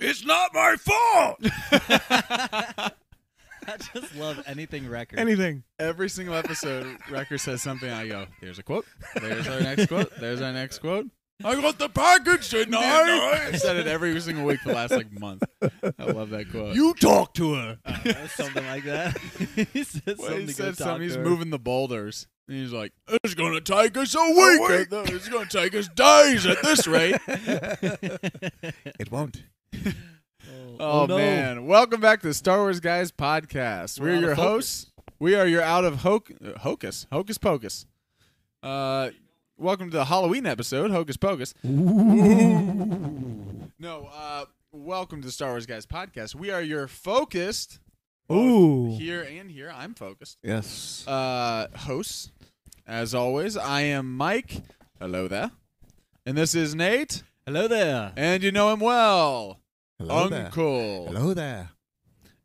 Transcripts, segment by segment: It's not my fault. I just love anything record. Anything. Every single episode, Wrecker says something. I go, "There's a quote. There's our next quote. There's our next quote." I got the package tonight. I said it every single week for the last like month. I love that quote. You talk to her. Or something like that. he says Well, something he to said something. go talk He's to her. moving the boulders, and he's like, "It's gonna take us a week. at the- It's gonna take us days at this rate." It won't. Oh, Oh, no. man! Welcome back to the Star Wars Guys podcast. We're, We're out your of focus. hosts. We are your out of hoc- uh, hocus, hocus pocus. Uh, welcome to the Halloween episode, hocus pocus. No, uh, welcome to the Star Wars Guys podcast. We are your focused Ooh. here and here. I'm focused. Yes. Uh, hosts, as always. I am Mike. Hello there. And this is Nate, Hello there. and you know him well, Hello there. Uncle. Hello there.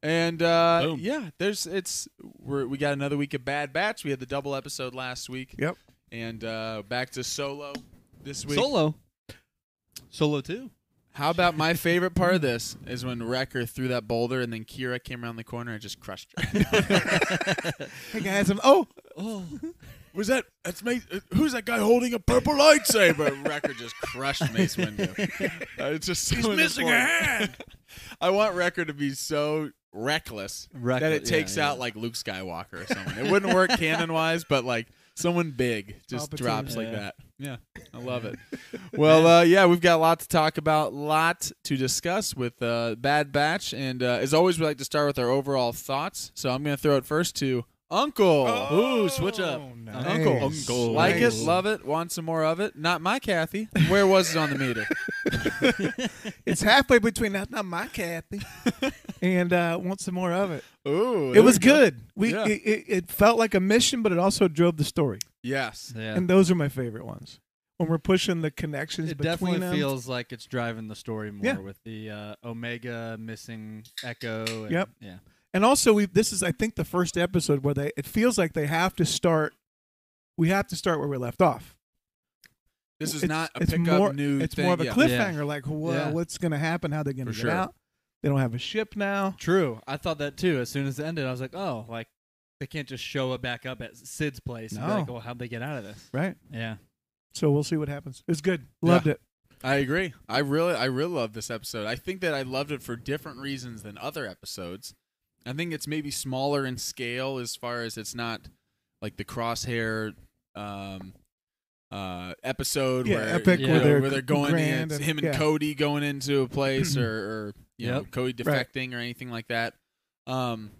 And uh, Boom. yeah, there's it's we're, we got another week of Bad Batch. We had the double episode last week. Yep. And uh, back to solo this week. Solo. Solo too. How about my favorite part of this is when Wrecker threw that boulder and then Kira came around the corner and just crushed her. Hey guys, I'm, oh, Oh, Was that that's Mace? Who's that guy holding a purple lightsaber? Wrecker just crushed Mace Windu. Uh, it's just he's missing a hand. I want Wrecker to be so reckless, that Reckless, it yeah, takes yeah. out like Luke Skywalker or someone. It wouldn't work canon wise, but like someone big just Palpatine. drops like Yeah. that. Yeah, I love it. well, uh, yeah, we've got a lot to talk about, lot to discuss with uh, Bad Batch, and uh, as always, we like to start with our overall thoughts. So I'm going to throw it first to Uncle. Oh, Oh. Ooh, switch up. nice. Uncle. Uncle. Like it, Nice. love it, want some more of it. Not my Kathy. Where was it on the meter? it's halfway between that's not my Kathy. And uh, want some more of it. Ooh, It was good. We Yeah. it, it, it felt like a mission, but it also drove the story. Yes, Yeah. And those are my favorite ones. When we're pushing the connections it between definitely them. feels like it's driving the story more Yeah. with the uh, Omega missing Echo. And, Yep. Yeah. and also we this is I think the first episode where they it feels like they have to start we have to start where we left off. this is It's- not a it's pickup more- new. It's thing. more of a yeah. cliffhanger, like whoa, Yeah. what's gonna happen, how they're gonna For get sure. out. They don't have a ship now. True. I thought that too. As soon as it ended, I was like, oh, like they can't just show it back up at Sid's place and be No. like, oh, how'd they get out of this? Right. Yeah. So we'll see what happens. It's good. Yeah. Loved it. I agree. I really, I really love this episode. I think that I loved it for different reasons than other episodes. I think it's maybe smaller in scale as far as it's not like the crosshair um, uh, episode Yeah, where epic you where know, they're where they're going grand in, it's and- him and yeah. Mm-hmm. Cody going into a place or, or you know Yep. Cody Right. defecting or anything like that. Um,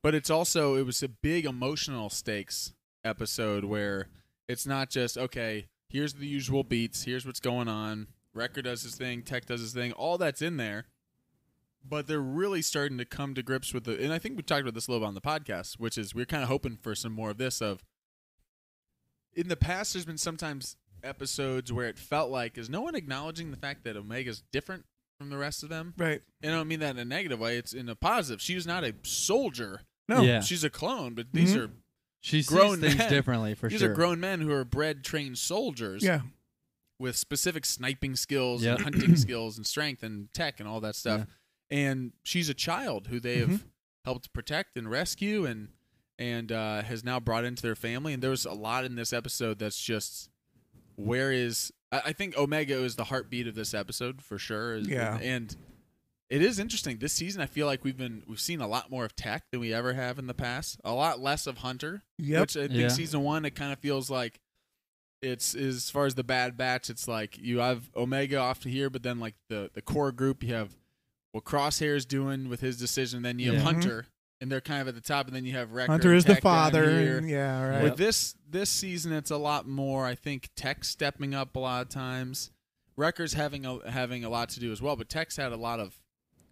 but it's also it was a big emotional stakes episode where it's not just okay here's the usual beats here's what's going on Wrecker does his thing tech does his thing all that's in there but they're really starting to come to grips with the and i think we talked about this a little bit on the podcast which is we're kind of hoping for some more of this of in the past there's been sometimes episodes where it felt like is no one acknowledging the fact that omega's different from the rest of them Right. and i don't mean that in a negative way it's in a positive she's not a soldier No. Yeah. she's a clone but these Mhm. are She sees Grown things men. differently for these sure. are grown men who are bred trained soldiers Yeah. with specific sniping skills Yep. and hunting skills and strength and tech and all that stuff. And she's a child who they have helped protect and rescue and and uh, has now brought into their family. And there's a lot in this episode that's just where is I, I think Omega is the heartbeat of this episode for sure. is- Yeah. and it is interesting this season. I feel like we've been we've seen a lot more of Tech than we ever have in the past. A lot less of Hunter Yep. which I think Yeah. season one it kind of feels like it's as far as the Bad Batch, it's like you have Omega off to here, but then like the the core group, you have what Crosshair's doing with his decision, then you have Yeah. Hunter, and they're kind of at the top, and then you have Wrecker. Hunter and is the Tech down father. here. and- yeah, right. With this this season, it's a lot more. I think Tech stepping up a lot of times. Wrecker's having a having a lot to do as well, but Tech's had a lot of.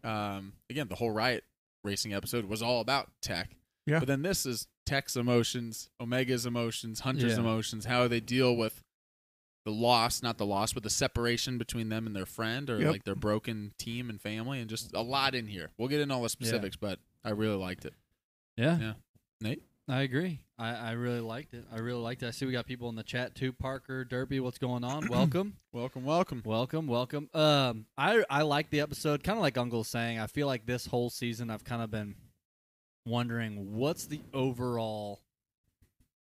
Um, again, the whole riot racing episode was all about Tech. Yeah. But then this is Tech's emotions, Omega's emotions, Hunter's Yeah. emotions, how they deal with the loss, not the loss, but the separation between them and their friend or Yep. like their broken team and family and just a lot in here. We'll get into all the specifics, but I really liked it. Yeah. Yeah. Nate? I agree. I, I really liked it. I really liked it. I see we got people in the chat too. Parker, Derpy, what's going on? welcome, Welcome, welcome. welcome, welcome. Um, I I like the episode. Kind of like Uncle's saying. I feel like this whole season I've kind of been wondering what's the overall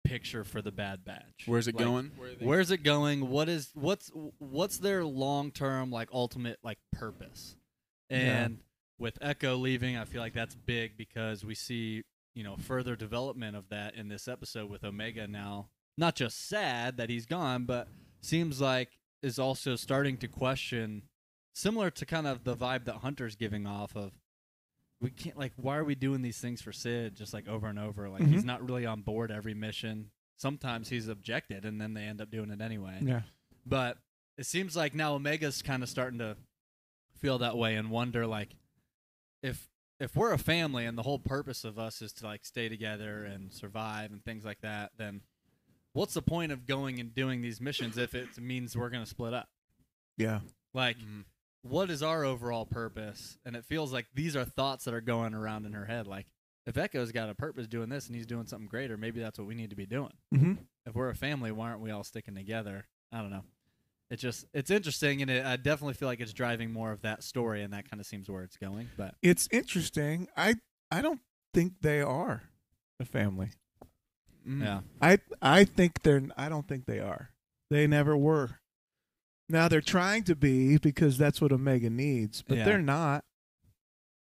picture for the Bad Batch. Where's it Like, going? Where are they- Where's it going? What is what's what's their long term like ultimate like purpose? And with Echo leaving, I feel like that's big because we see you know further development of that in this episode with Omega now. Not just sad that he's gone, but seems like is also starting to question, similar to kind of the vibe that Hunter's giving off of. We can't like why are we doing these things for Sid just like over and over? Like he's not really on board every mission sometimes he's objected and then they end up doing it anyway. Yeah. But it seems like now Omega's kind of starting to feel that way and wonder like if if we're a family and the whole purpose of us is to like stay together and survive and things like that, then what's the point of going and doing these missions if it means we're going to split up? Yeah. Like Mhm. Mm-hmm. what is our overall purpose? And it feels like these are thoughts that are going around in her head like if Echo's got a purpose doing this and he's doing something greater, maybe that's what we need to be doing Mm-hmm. if we're a family, why aren't we all sticking together? I don't know. It just it's interesting, and it, I definitely feel like it's driving more of that story, and that kind of seems where it's going. But It's interesting. I I don't think they are a family. Mm. yeah, I I think they're I don't think they are. They never were. Now they're trying to be because that's what Omega needs, but Yeah. they're not.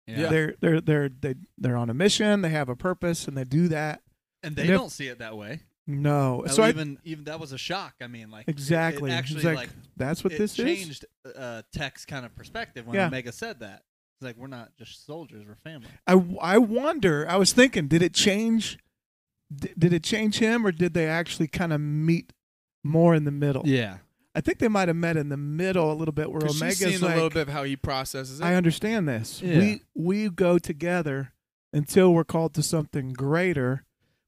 Yeah. They're they're they're they, they're on a mission, they have a purpose and they do that. and they And if- don't see it that way. No. That so I even even that was a shock. I mean, like it- it exactly actually, It's like, like that's what it this is. changed uh, Tech's kind of perspective when Yeah. Omega said that. It's like we're not just soldiers; we're family. I I wonder, I was thinking, did it change d- did it change him or did they actually kind of meet more in the middle? Yeah, I think they might have met in the middle a little bit where 'Cause she's Omega's seen a little like bit of how he processes it. I understand this. Yeah. We we go together until we're called to something greater.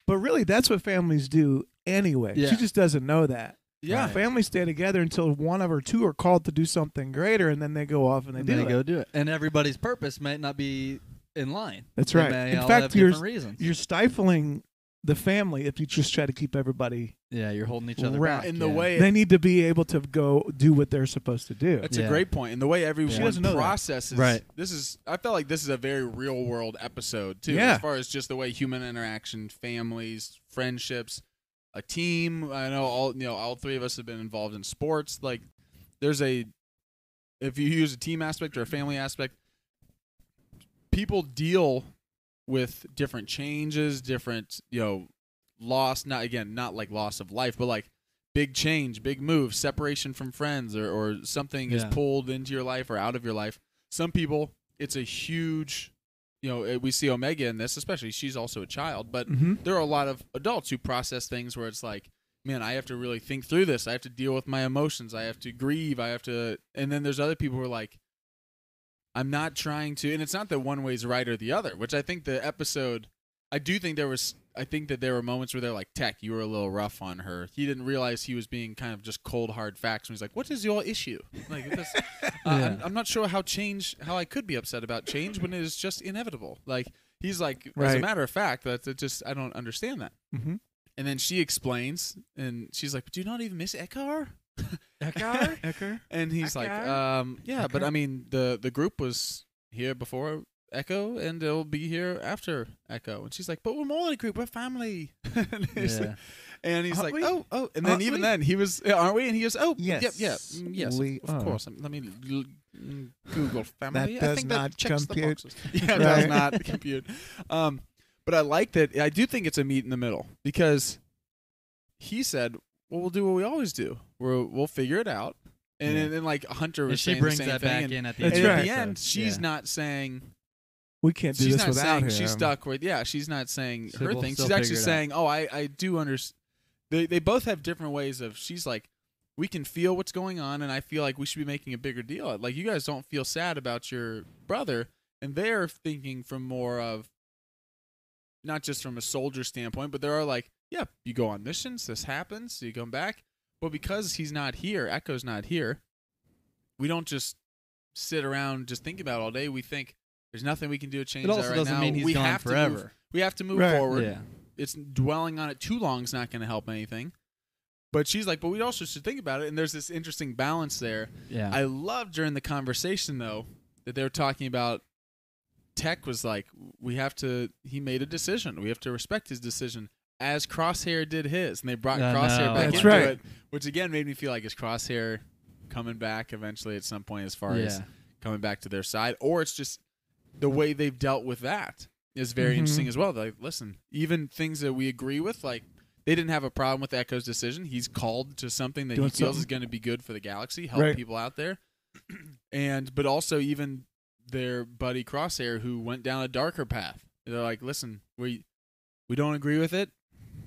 But really that's what families do anyway. Yeah. She just doesn't know that. yeah. Families stay together until one of or two are called to do something greater and then they go off and they and do they it. go do it, and everybody's purpose might not be in line. That's They right. may In all fact, have yours- different reasons. You're stifling the family if you just try to keep everybody. yeah, you're holding each other Right. back In the yeah. way They need to be able to go do what they're supposed to do. That's Yeah. a great point. And the way She everyone doesn't know that. processes Right. this is I felt like this is a very real world episode too. Yeah. As far as just the way human interaction, families, friendships, a team. I know all you know, all three of us have been involved in sports. Like there's a if you use a team aspect or a family aspect, people deal with different changes, different, you know, loss, not again, not like loss of life, but like big change, big move, separation from friends or, or something is Yeah. pulled into your life or out of your life. Some people, it's a huge, you know, eh, we see Omega in this, especially she's also a child, but Mm-hmm. there are a lot of adults who process things where it's like, man, I have to really think through this. I have to deal with my emotions. I have to grieve. I have to, and then there's other people who are like, I'm not trying to, and it's not that one way's right or the other, which I think the episode, I do think there was, I think that there were moments where they're like, Tech, you were a little rough on her. He didn't realize he was being kind of just cold, hard facts. And he's like, what is your issue? Like, that's, uh, I'm, I'm not sure how change, how I could be upset about change when it is just inevitable. Like, he's like, as a Right. matter of fact, that's it just, I don't understand that. Mm-hmm. And then she explains, and she's like, "Do you not even miss Ekar?" Ekar? Ecker? and he's like, Ekar? um, "Yeah, but Ekar? I mean, the the group was here before Echo, and they'll be here after Echo." And she's like, "But we're more than a group; we're family." and, he's Yeah. like, and he's Aren't like, we? "Oh, oh!" And then Aren't even we? then, he was, "Yeah, "Aren't we?" And he goes, "Oh, Yes. yep, yeah, mm, yes, We of, of are. course." Let me l- l- Google family. I does think not that checks the compute. boxes. yeah, it does Right. not compute. Um, but I like that. I do think it's a meet in the middle because he said, "Well, we'll do what we always do. We'll we'll figure it out." And Yeah. then, then like Hunter was And she saying brings the same that thing. back and, in at the That's and end. at right. the end, she's not saying We can't do she's this not without saying him. she's stuck with yeah. She's not saying So her we'll thing. still She's actually figure it out. saying, "Oh, I I do understand." They they both have different ways of. She's like, we can feel what's going on, and I feel like we should be making a bigger deal. Like you guys don't feel sad about your brother, and they're thinking from more of, not just from a soldier standpoint, but there are like, yeah, you go on missions, this happens, you come back, but because he's not here, Echo's not here, we don't just sit around just thinking about it all day. We think there's nothing we can do to change It that also right doesn't now. mean he's we gone have to move forever. we have to move Right. forward. Yeah. it's dwelling on it too long is not going to help anything. But she's like, but we also should think about it. And there's this interesting balance there. yeah. I love during the conversation though that they were talking about. Tech was like, we have to. He made a decision. We have to respect his decision, as Crosshair did his, and they brought I Crosshair know. back That's into right. it, which again made me feel like is Crosshair coming back eventually at some point as far as yeah. coming back to their side, or it's just the way they've dealt with that is very Mhm. interesting as well. They're Like, listen, even things that we agree with, like they didn't have a problem with Echo's decision. He's called to something that Doing he feels something. is going to be good for the galaxy, help Right. people out there, and but also even their buddy Crosshair who went down a darker path. They're like, listen, we we don't agree with it.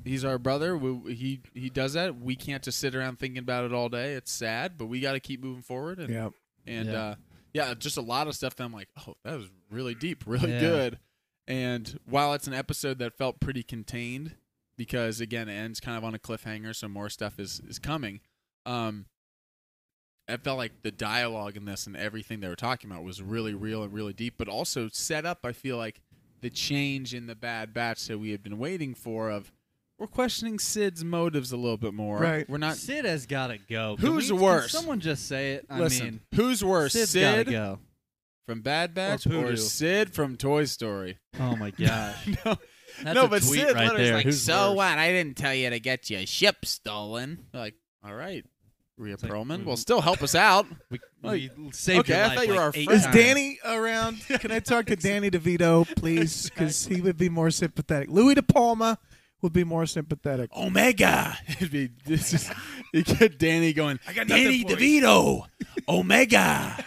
He's our brother. We, he he does that. We can't just sit around thinking about it all day. It's sad, but we got to keep moving forward. And Yeah. and Yeah. uh yeah just a lot of stuff that i'm like oh that was really deep really Yeah. good and while it's an episode that felt pretty contained because again it ends kind of on a cliffhanger so more stuff is is coming um I felt like the dialogue in this and everything they were talking about was really real and really deep, but also set up. I feel like the change in the Bad Batch that we had been waiting for. Of we're questioning Sid's motives a little bit more. Right. We're not. Sid has got to go. Can Who's we- can worse? someone just say it. I listen, mean, who's worse, Sid's Sid gotta go. from Bad Batch or, Poodoo. Sid from Toy Story? Oh my gosh. no, That's no, a but tweet Sid right literally is there. like, Who's so worse? what? I didn't tell you to get your ship stolen. Like, all right, Rhea like, mm-hmm. Perlman we- will still help us out. We, Like, we saved okay, your I life thought you were like our eight friend. Is times. Danny around? Can I talk to Danny DeVito, please? Because he would be more sympathetic. Louis De Palma would be more sympathetic. Oh, Omega. It'd be this is you get Danny going. I got nothing Danny for DeVito. Omega.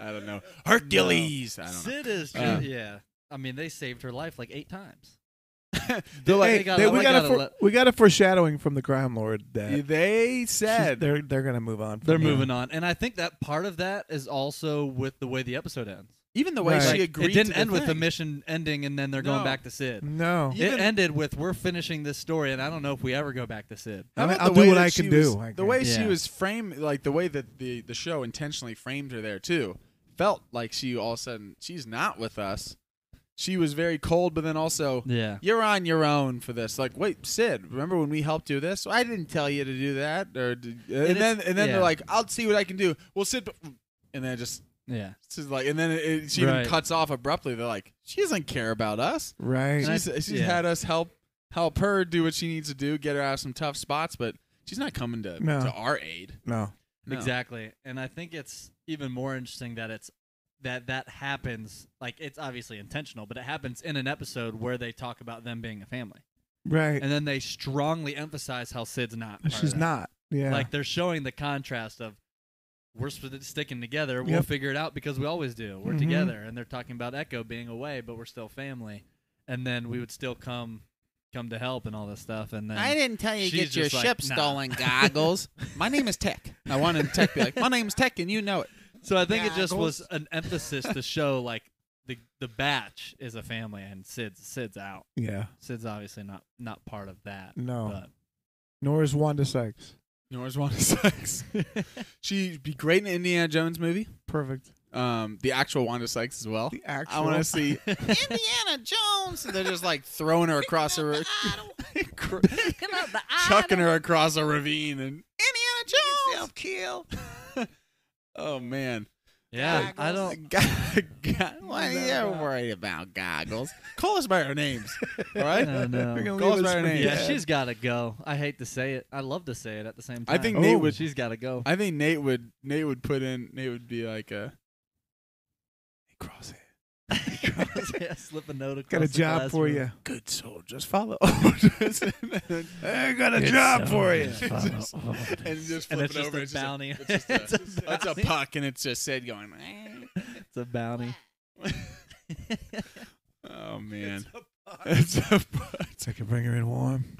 I don't know. Hercules. I don't know. Sid is. Just, Uh, yeah. I mean, they saved her life like eight times. They're like, Hey, Hey, got they- a- we they got got a a fore- le- we got a foreshadowing from the crime lord that she's- they said they're they're gonna move on. from They're her. moving on, and I think that part of that is also with the way the episode ends. even the way Right. she Like, agreed. it didn't to the end with the thing. mission ending, and then they're No. going back to Sid. No, it Even- ended with we're finishing this story, and I don't know if we ever go back to Sid. I How mean, about the I'll do way what that I she can was- do, I the way guess. she Yeah. was framed, like the way that the the show intentionally framed her there too, felt like she all of a sudden she's not with us. She was very cold, but then also Yeah. you're on your own for this. Like, wait, Sid, remember when we helped do this? I didn't tell you to do that, or did, and it's- then and then yeah. they're like, I'll see what I can do. Well, Sid, but- and then it just. Yeah. it's just like and then it, it- she Right. even cuts off abruptly. They're like, she doesn't care about us. right? And I- She's, she's yeah. had us help help her do what she needs to do, get her out of some tough spots, but she's not coming to, No. to our aid. no, No. Exactly. And I think it's even more interesting that it's that that happens like it's obviously intentional, but it happens in an episode where they talk about them being a family. right? And then they strongly emphasize how Sid's not. part of she's that. not. Yeah, Like they're showing the contrast of we're sp- sticking together. We'll Yep. figure it out because we always do. We're Mhm. together, and they're talking about Echo being away, but we're still family. And then we would still come come to help and all this stuff. And then didn't tell you to She's get your just like, ship nah. stolen, goggles. my name is Tech. I wanted Tech to be like, my name's Tech, and you know it. So I think it just Goggles. was an emphasis to show like the the batch is a family and Sid's Sid's out. yeah. Sid's obviously not not part of that. No, But nor is Wanda Sykes Nora's Wanda Sykes. She'd be great in an Indiana Jones movie. perfect. Um, the actual Wanda Sykes as well. The actual. I want to see Indiana Jones. And they're just like throwing her across a ra- cr- chucking her across a ravine and Indiana Jones self kill. oh man, yeah, I don't Go- go- what are you worried about goggles? Call us by our names, all I right? don't know. gonna Call us leave by us our for names. Yeah, dead. she's gotta go. I hate to say it. I love to say it at the same I time. think Oh. Nate would. she's gotta go. I think Nate would. Nate would put in. Nate would be like a. Crosshair, yeah, slip a note across got the a job for classroom. you. good soul, just follow. I got a job for you. Just- and just flip it And it's just over. a it's just bounty. it's just a- It's a It's a bounty. puck, and it's just said going. "Eh." It's a bounty. oh man, it's a puck. I could bring her in warm.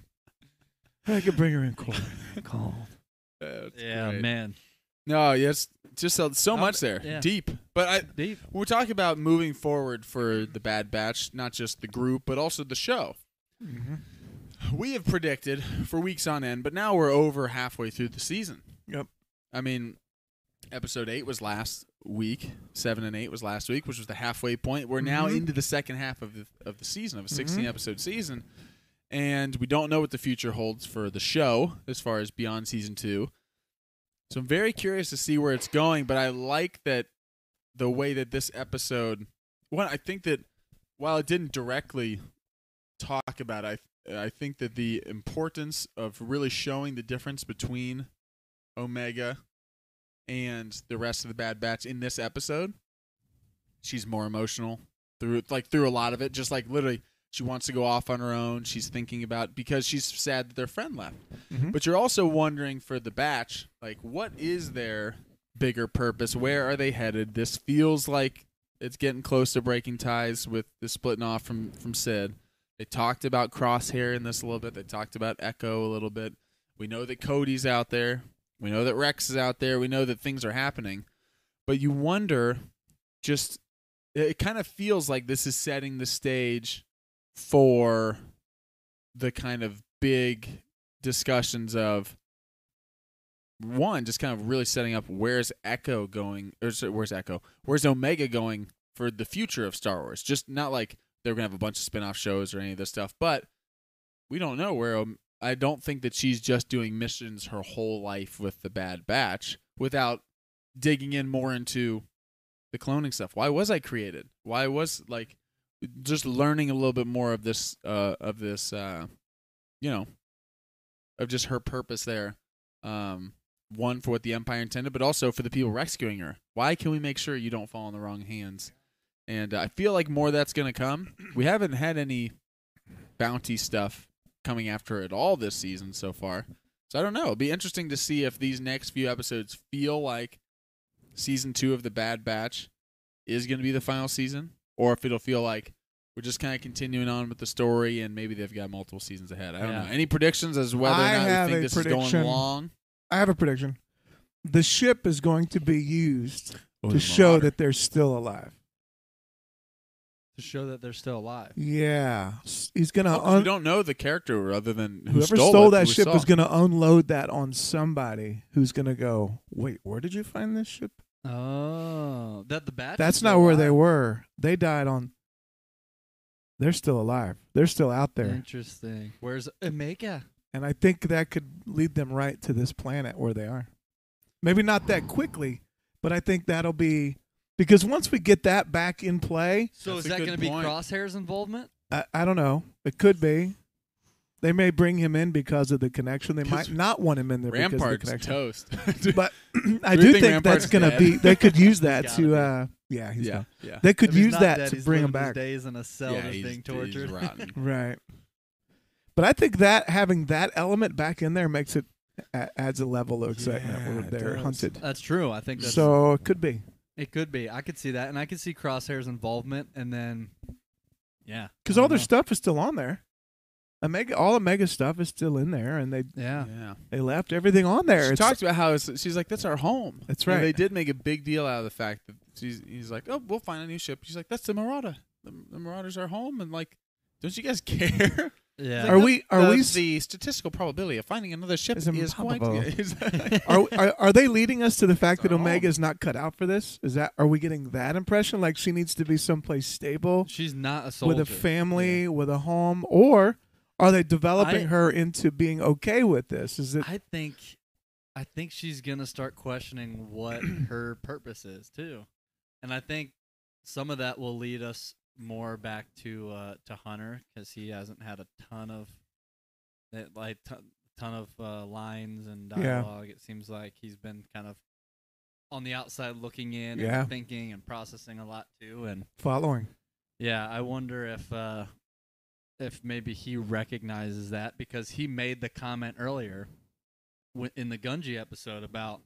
I could bring her in cold. That's Yeah, great. man. No, yes, just so, so Um, much there, yeah. deep. But I, Deep. we're talking about moving forward for the Bad Batch, not just the group, but also the show. Mm-hmm. We have predicted for weeks on end, but now we're over halfway through the season. Yep. I mean, episode eight was last week. Seven and eight was last Mm-hmm. week, which was the halfway point. We're now Mhm. into the second half of the of the season of a 16 episode season. and we don't know what the future holds for the show as far as beyond season two. So I'm very curious to see where it's going, but I like that the way that this episode. One, I think that while it didn't directly talk about, it, I I think that the importance of really showing the difference between Omega and the rest of the Bad Batch in this episode, she's more emotional through like through a lot of it. Just like literally, she wants to go off on her own. She's thinking about because she's sad that their friend left. Mhm. But you're also wondering for the batch, like what is their bigger purpose? Where are they headed? This feels like it's getting close to breaking ties with the splitting off from from Sid. They talked about Crosshair in this a little bit. They talked about Echo a little bit. We know that Cody's out there. We know that Rex is out there. We know that things are happening. But you wonder just it- it kind of feels like this is setting the stage for the kind of big discussions of one just kind of really setting up where's echo going or sorry, where's echo where's omega going for the future of star wars just not like they're gonna have a bunch of spin-off shows or any of this stuff but we don't know where um, i don't think that she's just doing missions her whole life with the bad batch without digging in more into the cloning stuff why was i created why was like just learning a little bit more of this uh of this uh you know of just her purpose there um one for what the empire intended but also for the people rescuing her why can we make sure you don't fall in the wrong hands and i feel like more of that's going to come we haven't had any bounty stuff coming after her at all this season so far so i don't know it'll be interesting to see if these next few episodes feel like season two of the bad batch is going to be the final season or if it'll feel like we're just kind of continuing on with the story and maybe they've got multiple seasons ahead. I don't Yeah. know. Any predictions as whether I or not have we think a this is prediction. going long? I have a prediction. The ship is going to be used to show that uh, they're still alive. to show that they're still alive. Yeah, S- he's gonna Well, 'cause we un- don't know the character other than who whoever stole, it, that we ship saw. is gonna unload that on somebody who's gonna go. Wait, where did you find this ship? Oh, that the batch. That's is not still where they alive? were. They died on. They're still alive. They're still out Mm. there, Interesting. Where's Omega? and I think that could lead them right to this planet where they are. Maybe not that Hmm. quickly, but I think that'll be because once we get that back in play, So That's is a that good going to be point. Crosshair's involvement? I, I don't know. It could be. They may bring him in because of the connection. They might not want him in there because of the Rampart's connection. toast. But I Do do you think, think Rampart's that's gonna dead? be. They could use that Gotta to. be. Uh, yeah, he's yeah, gone. yeah. They could If he's use not that dead, to he's bring him living his back. days in a cell yeah, that's he's- being he's tortured. rotten. Right. But I think that having that element back in there makes it a- adds a level of excitement Yeah, where it they're does. hunted. that's true. I think that's So it could be It could be. I could see that, and I could see Crosshair's involvement, and then, yeah, because I all don't their stuff is still on there. Omega, all Omega stuff is still in there, and they know. Yeah, Yeah. they left everything on there. She It's- talks about how it's, she's like, "That's our home." That's And right. they did make a big deal out of the fact that she's. He's like, "Oh, we'll find a new ship." She's like, "That's the Marauder. The, the Marauder's our home." And like, don't you guys care? yeah. Are Like, we- the- are the, we s- The statistical probability of finding another ship Is is, quite. improbable. is- are, are are they leading us to the fact that They're all- Omega is not cut out for this? Is that are we getting that impression? Like she needs to be someplace stable She's not a soldier with a family, with a home, or are they developing I- her into being okay with this? Is it I think, I think she's gonna start questioning what her purpose is too, and I think some of that will lead us more back to uh, to Hunter because he hasn't had a ton of, that, like ton, ton of uh, lines and Yeah. dialogue. It seems like he's been kind of on the outside looking in Yeah. and thinking and processing a lot too, and following? yeah, I wonder if uh, if maybe he recognizes that because he made the comment earlier wi- in the Gunji episode about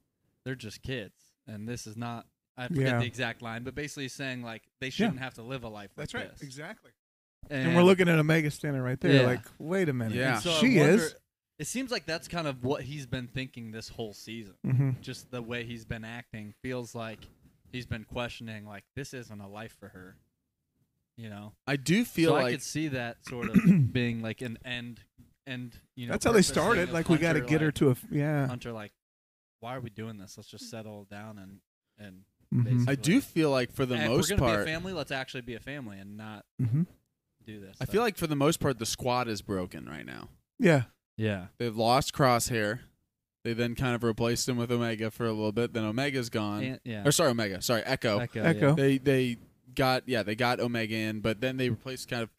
they're just kids and this is not. I forget Yeah. the exact line, but basically saying like they shouldn't have to live a life like this. exactly. And, And, we're looking at Omega standing right there, Yeah. like, wait a minute, Yeah. and so I she wonder- is. It seems like that's kind of what he's been thinking this whole season. Mm-hmm. Just the way he's been acting feels like he's been questioning like this isn't a life for her. You know. I do feel so like I could see that sort of being like an end, end. You know, That's how they purpose thing started. of Like we got to Hunter, get her like- uh, to a f- yeah. Hunter, like, why are we doing this? Let's just settle down and and Mhm. basically- I do feel like for the And if most Eh, we're gonna part, be a family. Let's actually be a family and not Mhm. do this. I feel like for the most part, the squad is broken right now. Yeah. yeah, They've lost Crosshair. They then kind of replaced him with Omega for a little bit. Then Omega's gone. And- yeah. or sorry, Omega. Sorry, Echo. Echo, Echo. They they got yeah they got Omega in, but then they replaced kind of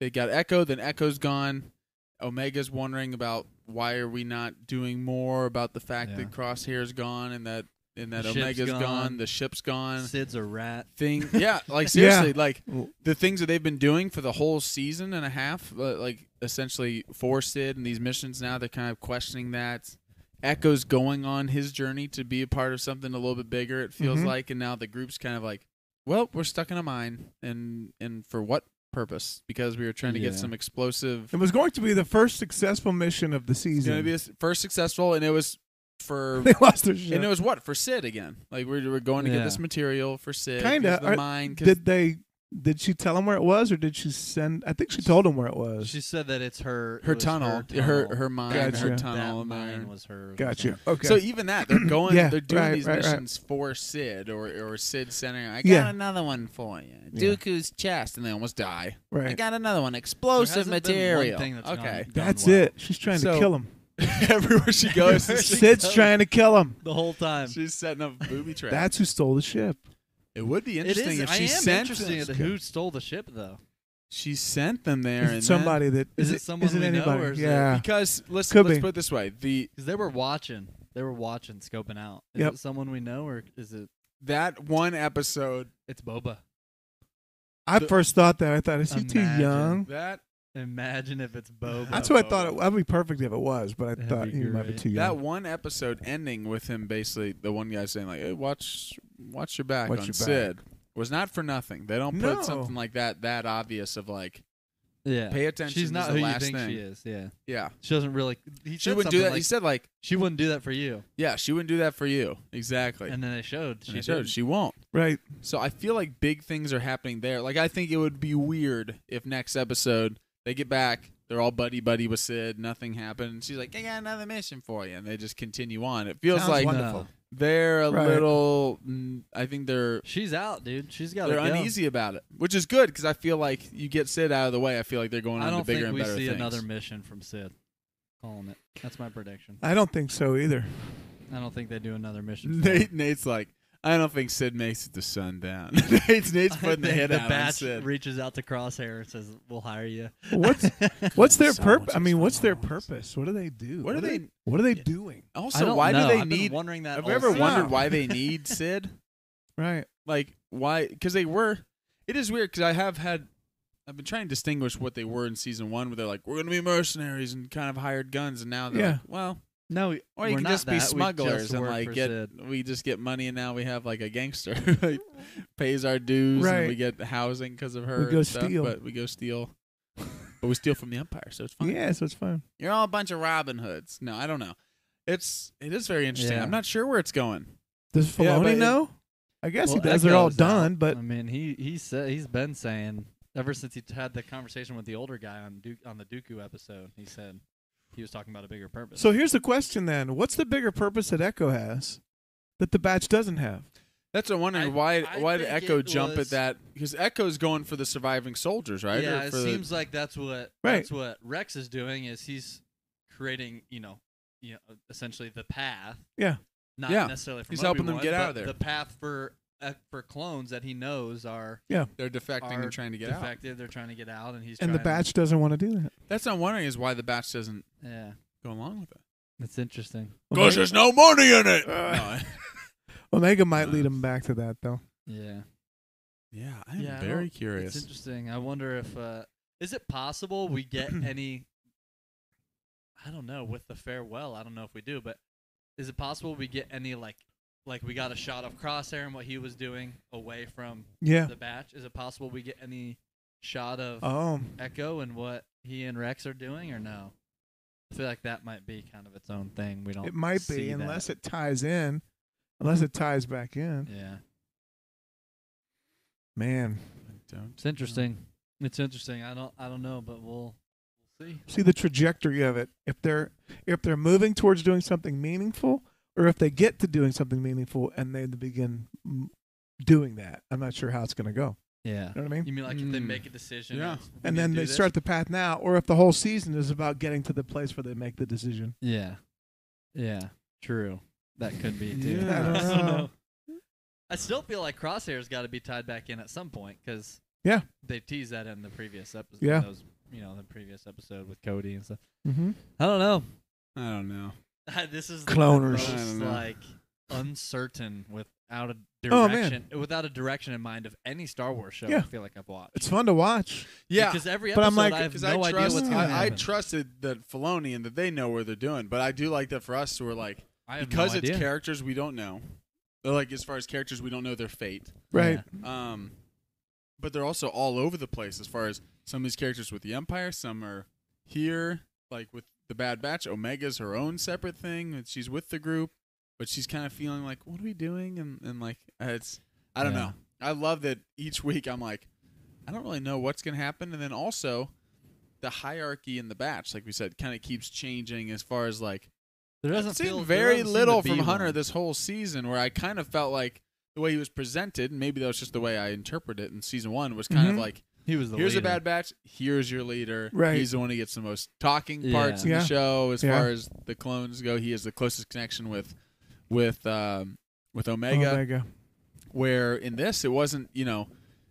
they got Echo. Then Echo's gone. Omega's wondering about why are we not doing more about the fact Yeah. that Crosshair's gone and that and that The ship's Omega's gone. gone. the ship's yeah. gone. Sid's a rat. Thing, yeah, like Yeah. seriously, like the things that they've been doing for the whole season and a half, uh, like essentially forced it in these missions. Now they're kind of questioning that. Echo's going on his journey to be a part of something a little bit bigger. It feels Mhm. like, and now the group's kind of like, well, we're stuck in a mine, and and for what purpose? Because we were trying to get Yeah. some explosive. It was going to be the first successful mission of the It's season. going to be a s- first successful, and it was for. they lost their shit. And it was what for Sid again? Like we're, we're going to get Yeah. this material for Sid, 'cause Kinda. the Are- mine. 'cause- did they? Did she tell him where it was, or did she send? I think she told him where it was. She said that it's her it her was tunnel, her her, tunnel. mine, That- her Gotcha. tunnel. That in there. mine was her. gotcha. Okay. So even that, they're going, Yeah, they're doing right, these right, right. missions for Sid or or Sid sending. I got Yeah. another one for you, Yeah. Dooku's chest, and they almost die. I right. got another one, There explosive hasn't been one material. thing that's okay, gone- gone That's well it. She's trying So- to kill him. everywhere she goes, Everywhere she- Sid's goes. trying to kill him. The whole time. she's setting up booby traps. That's who stole the ship. it would be It interesting is. if I she am sent interested in who stole the ship though. she sent them there Is it and somebody that Is it someone is it we know, anybody? or is it- then- yeah. because let's Could let's be. put it this way the Because they were watching. They were watching, scoping out. Is Yep. it someone we know or is it? that one episode It's Boba. I the- first thought that. I thought, is he Imagine. too young? that Imagine if it's Boba. That's what I thought. It, that'd be perfect if it was, but I Oh, That'd thought be he might be great. too That young. one episode ending with him basically the one guy saying like, "Hey, watch, watch your back Watch on your back. Sid," was not for nothing. They don't No. put something like that that obvious of like, Yeah. pay attention. She's is not the who you last think thing. she is. Yeah. Yeah, She doesn't really. He she said wouldn't do something that. like, he said like, she wouldn't do that for you. "Yeah, she wouldn't do that for you." Exactly. And then they showed. She she showed didn't. she won't. right. So I feel like big things are happening there. Like I think it would be weird if next episode they get back, they're all buddy buddy with Sid, nothing happened. And she's like, "I got another mission for you," and they just continue on. It feels Sounds like wonderful. they're a Right. little. mm, I think they're She's out, dude. She's got. they're go. uneasy about it, which is good because I feel like you get Sid out of the way. I feel like they're going I on to don't bigger think and we better see things. another mission from Sid. Calling it. That's my prediction. I don't think so either. I don't think they do another mission. for him. Nate, Nate's like, I don't think Sid makes it to sundown. Nate's Nate's I putting the think head the out on batch Sid. reaches out to Crosshair and says, "We'll hire you." What's what's their Someone purpose? I mean, what's their purpose? What do they do? What are they? What are they doing? I Also, don't why know. do they I've been need? Wondering that. Have all you ever season. wondered why they need Sid? Right. Like why? Because they were. It is weird because I have had. I've been trying to distinguish what they were in season one, where they're like, "We're gonna be mercenaries and kind of hired guns," and now they're Yeah. like, "Well, No, Or you we're can not just that. be We smugglers just and work like for get Sid. we just get money and now we have like a gangster who pays our dues and Right. we get housing because of her. We and go stuff, steal. but we go steal. but we steal from the empire, so it's fine. Yeah. So it's fun. You're all a bunch of Robin Hoods. No, I don't know. It's it is very interesting. Yeah. I'm not sure where it's going. Does Yeah, Filoni but it- know? I guess Well, he does. They're all Echo's out. done, but I mean, he he said he's been saying ever since he had the conversation with the older guy on Duke on the Dooku episode. He said he was talking about a bigger purpose. So here's the question then: What's the bigger purpose that Echo has that the Batch doesn't have? That's what I'm wondering. I- why I why did think Echo it jump was- at that? Because Echo's going for the surviving soldiers, right? Or yeah, it for the- seems like that's what Right. that's what Rex is doing is he's creating you know you know essentially the path. Yeah. Not Yeah. necessarily. From He's helping them Obi-Wan, get out but of there. The path for uh, for clones that he knows are they're defecting are and trying to get out. defective. They're trying to get out, and he's And the trying Batch doesn't want to do that. That's what I'm wondering is why the batch doesn't To, yeah, go along with it. that's interesting. Omega, Because there's no money in it. Uh, No. Omega might lead him back to that though. Yeah. Yeah, I'm Yeah, I very don't- curious. It's interesting. I wonder if uh, is it possible we get any? I don't know with the farewell. I don't know if we do, but is it possible we get any like like we got a shot of Crosshair and what he was doing away from Yeah. the batch? Is it possible we get any shot of Oh, Echo and what he and Rex are doing, or no? I feel like that might be kind of its own thing. We don't. it might see be that. unless it ties in, unless it ties back in. Yeah, Man, I don't it's interesting. It's interesting. I don't. I don't know, but we'll we'll see. see the trajectory of it. If they're if they're moving towards doing something meaningful, or if they get to doing something meaningful and they begin mm, doing that, I'm not sure how it's going to go. Yeah. You know what I mean? You mean like if they Mm. make a decision? Yeah. it's, we And need to then do they this? start the path now, or if the whole season is about getting to the place where they make the decision. Yeah. Yeah. True. That could be too. Yeah. I don't know. I still feel like Crosshair's got to be tied back in at some point because Yeah. they teased that in the previous episode. Yeah. Those, you know, the previous episode with Cody and stuff. Mm-hmm. I don't know. I don't know. this is the Cloners. I don't most know. like uncertain without a Oh, man. direction without a direction in mind of any Star Wars show. I Yeah. feel like I've watched. It's fun to watch. Yeah, because every episode But I'm like- I have because no I idea trust what's going to I, I happen. trusted that Filoni and that they know where they're doing, but I do like that for us we're like I have no because it's idea. characters we don't know. They're like as far as characters we don't know their fate. Right. Um, but they're also all over the place as far as some of these characters with the Empire, some are here, like with the Bad Batch. Omega's her own separate thing, and she's with the group, but she's kind of feeling like, what are we doing? And, and like, uh, it's, I don't Yeah. know. I love that each week I'm like, I don't really know what's going to happen. And then also, the hierarchy in the batch, like we said, kind of keeps changing as far as like, There I've doesn't seen feel there very doesn't seem to little be from Hunter one. this whole season, where I kind of felt like the way he was presented, and maybe that was just the way I interpret it in season one, was kind Mhm. of like, He was Mm-hmm. the here's leader. a bad batch, here's your leader. Right. He's the one who gets the most talking parts Yeah. in Yeah. the show as Yeah. far as the clones go. He has the closest connection with with um, with Omega, Omega. where in this it wasn't, you know,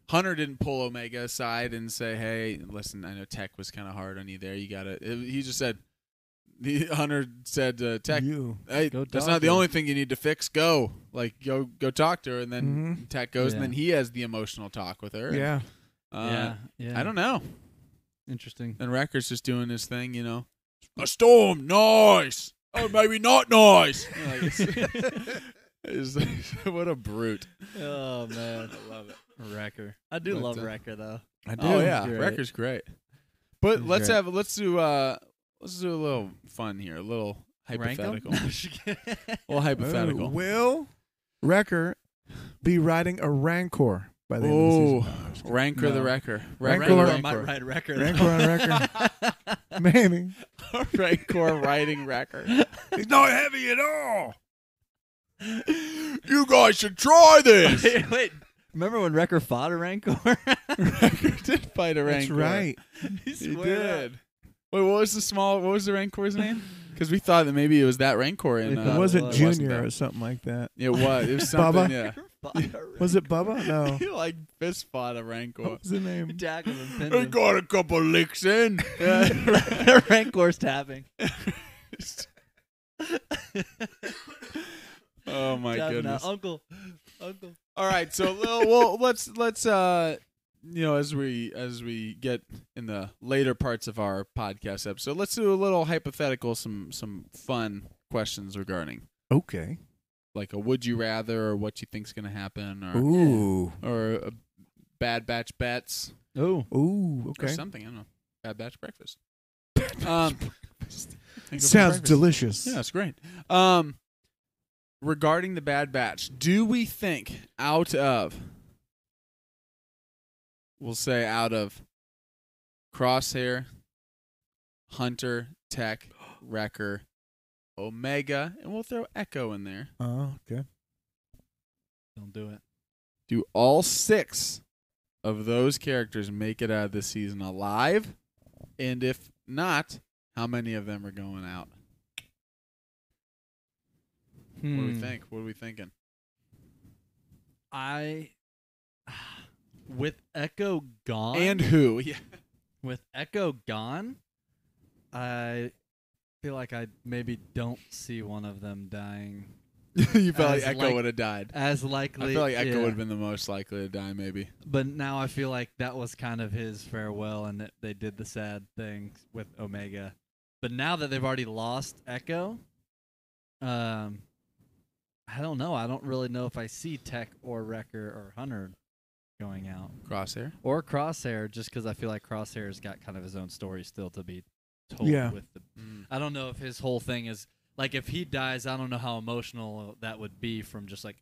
Hunter didn't pull Omega aside and say, "Hey, listen, I know Tech was kind of hard on you there. You got to." He just said, the, "Hunter said to Tech, You. Hey, Go that's talk not the to her. only thing you need to fix. Go, like, go, go talk to her, and then Tech goes, and Mm-hmm. Yeah. then he has the emotional talk with her. Yeah. And, uh, yeah, yeah. I don't know. Interesting. And Wrecker's just doing his thing, you know. A storm, nice. Oh, maybe not nice. Like, it's- it's- what a brute. Oh man, I love it. Wrecker. I do But, love uh, Wrecker though. I do. Oh yeah, Great. Wrecker's great. But He's let's great. have let's do uh let's do a little fun here, a little Rank 'em? hypothetical, No, she- a Oh, little hypothetical. Ooh, will Wrecker be riding a Rancor by the end Oh, of the season? Ranker No. the Wrecker. Ranker Wrecker the might ride Wrecker. Rancor on Wrecker. Maybe. Rancor riding Wrecker. He's not heavy at all. You guys should try this. wait, wait. Remember when Wrecker fought a Rancor? Wrecker did fight a Rancor. That's right. he He squared up. did. Wait, what was the small? What was the Rancor's name? Because we thought that maybe it was that Rancor. In, It uh, it wasn't it wasn't Junior that. or something like that. It was. It was something. Bubba? Yeah. Fought a Was it Bubba? No. he like fist fought a Rancor. What was the Rancor. name? Tackled and pinned I got a couple licks in. Yeah. him. Rancor's tapping. oh my Tapping out. goodness. Uncle. Uncle. All right, so Lil, well, let's let's uh, you know, as we as we get in the later parts of our podcast episode, let's do a little hypothetical, some some fun questions regarding Okay. like a would you rather or what you think's gonna happen or Ooh. or a bad batch bets Oh. Ooh. or Okay. something. I don't know. Bad batch breakfast. um, Think of Sounds breakfast. delicious. Yeah, that's great. Um, regarding the Bad Batch, do we think out of, we'll say out of Crosshair, Hunter, Tech, Wrecker, Omega, and we'll throw Echo in there, Oh, okay. Don't do it. do all six of those characters make it out of this season alive? And if not, how many of them are going out? What do we Hmm. think? What are we thinking? I with Echo gone And who? Yeah. with Echo gone, I feel like I maybe don't see one of them dying you felt like As Echo like- would have died. as likely. I feel like Echo yeah. would have been the most likely to die, maybe. But now I feel like that was kind of his farewell, and that they did the sad thing with Omega. But now that they've already lost Echo, um, I don't know. I don't really know if I see Tech or Wrecker or Hunter going out. Crosshair. or Crosshair, just because I feel like Crosshair's got kind of his own story still to be told. Yeah. With the, Mm. I don't know if his whole thing is like if he dies, I don't know how emotional that would be from just like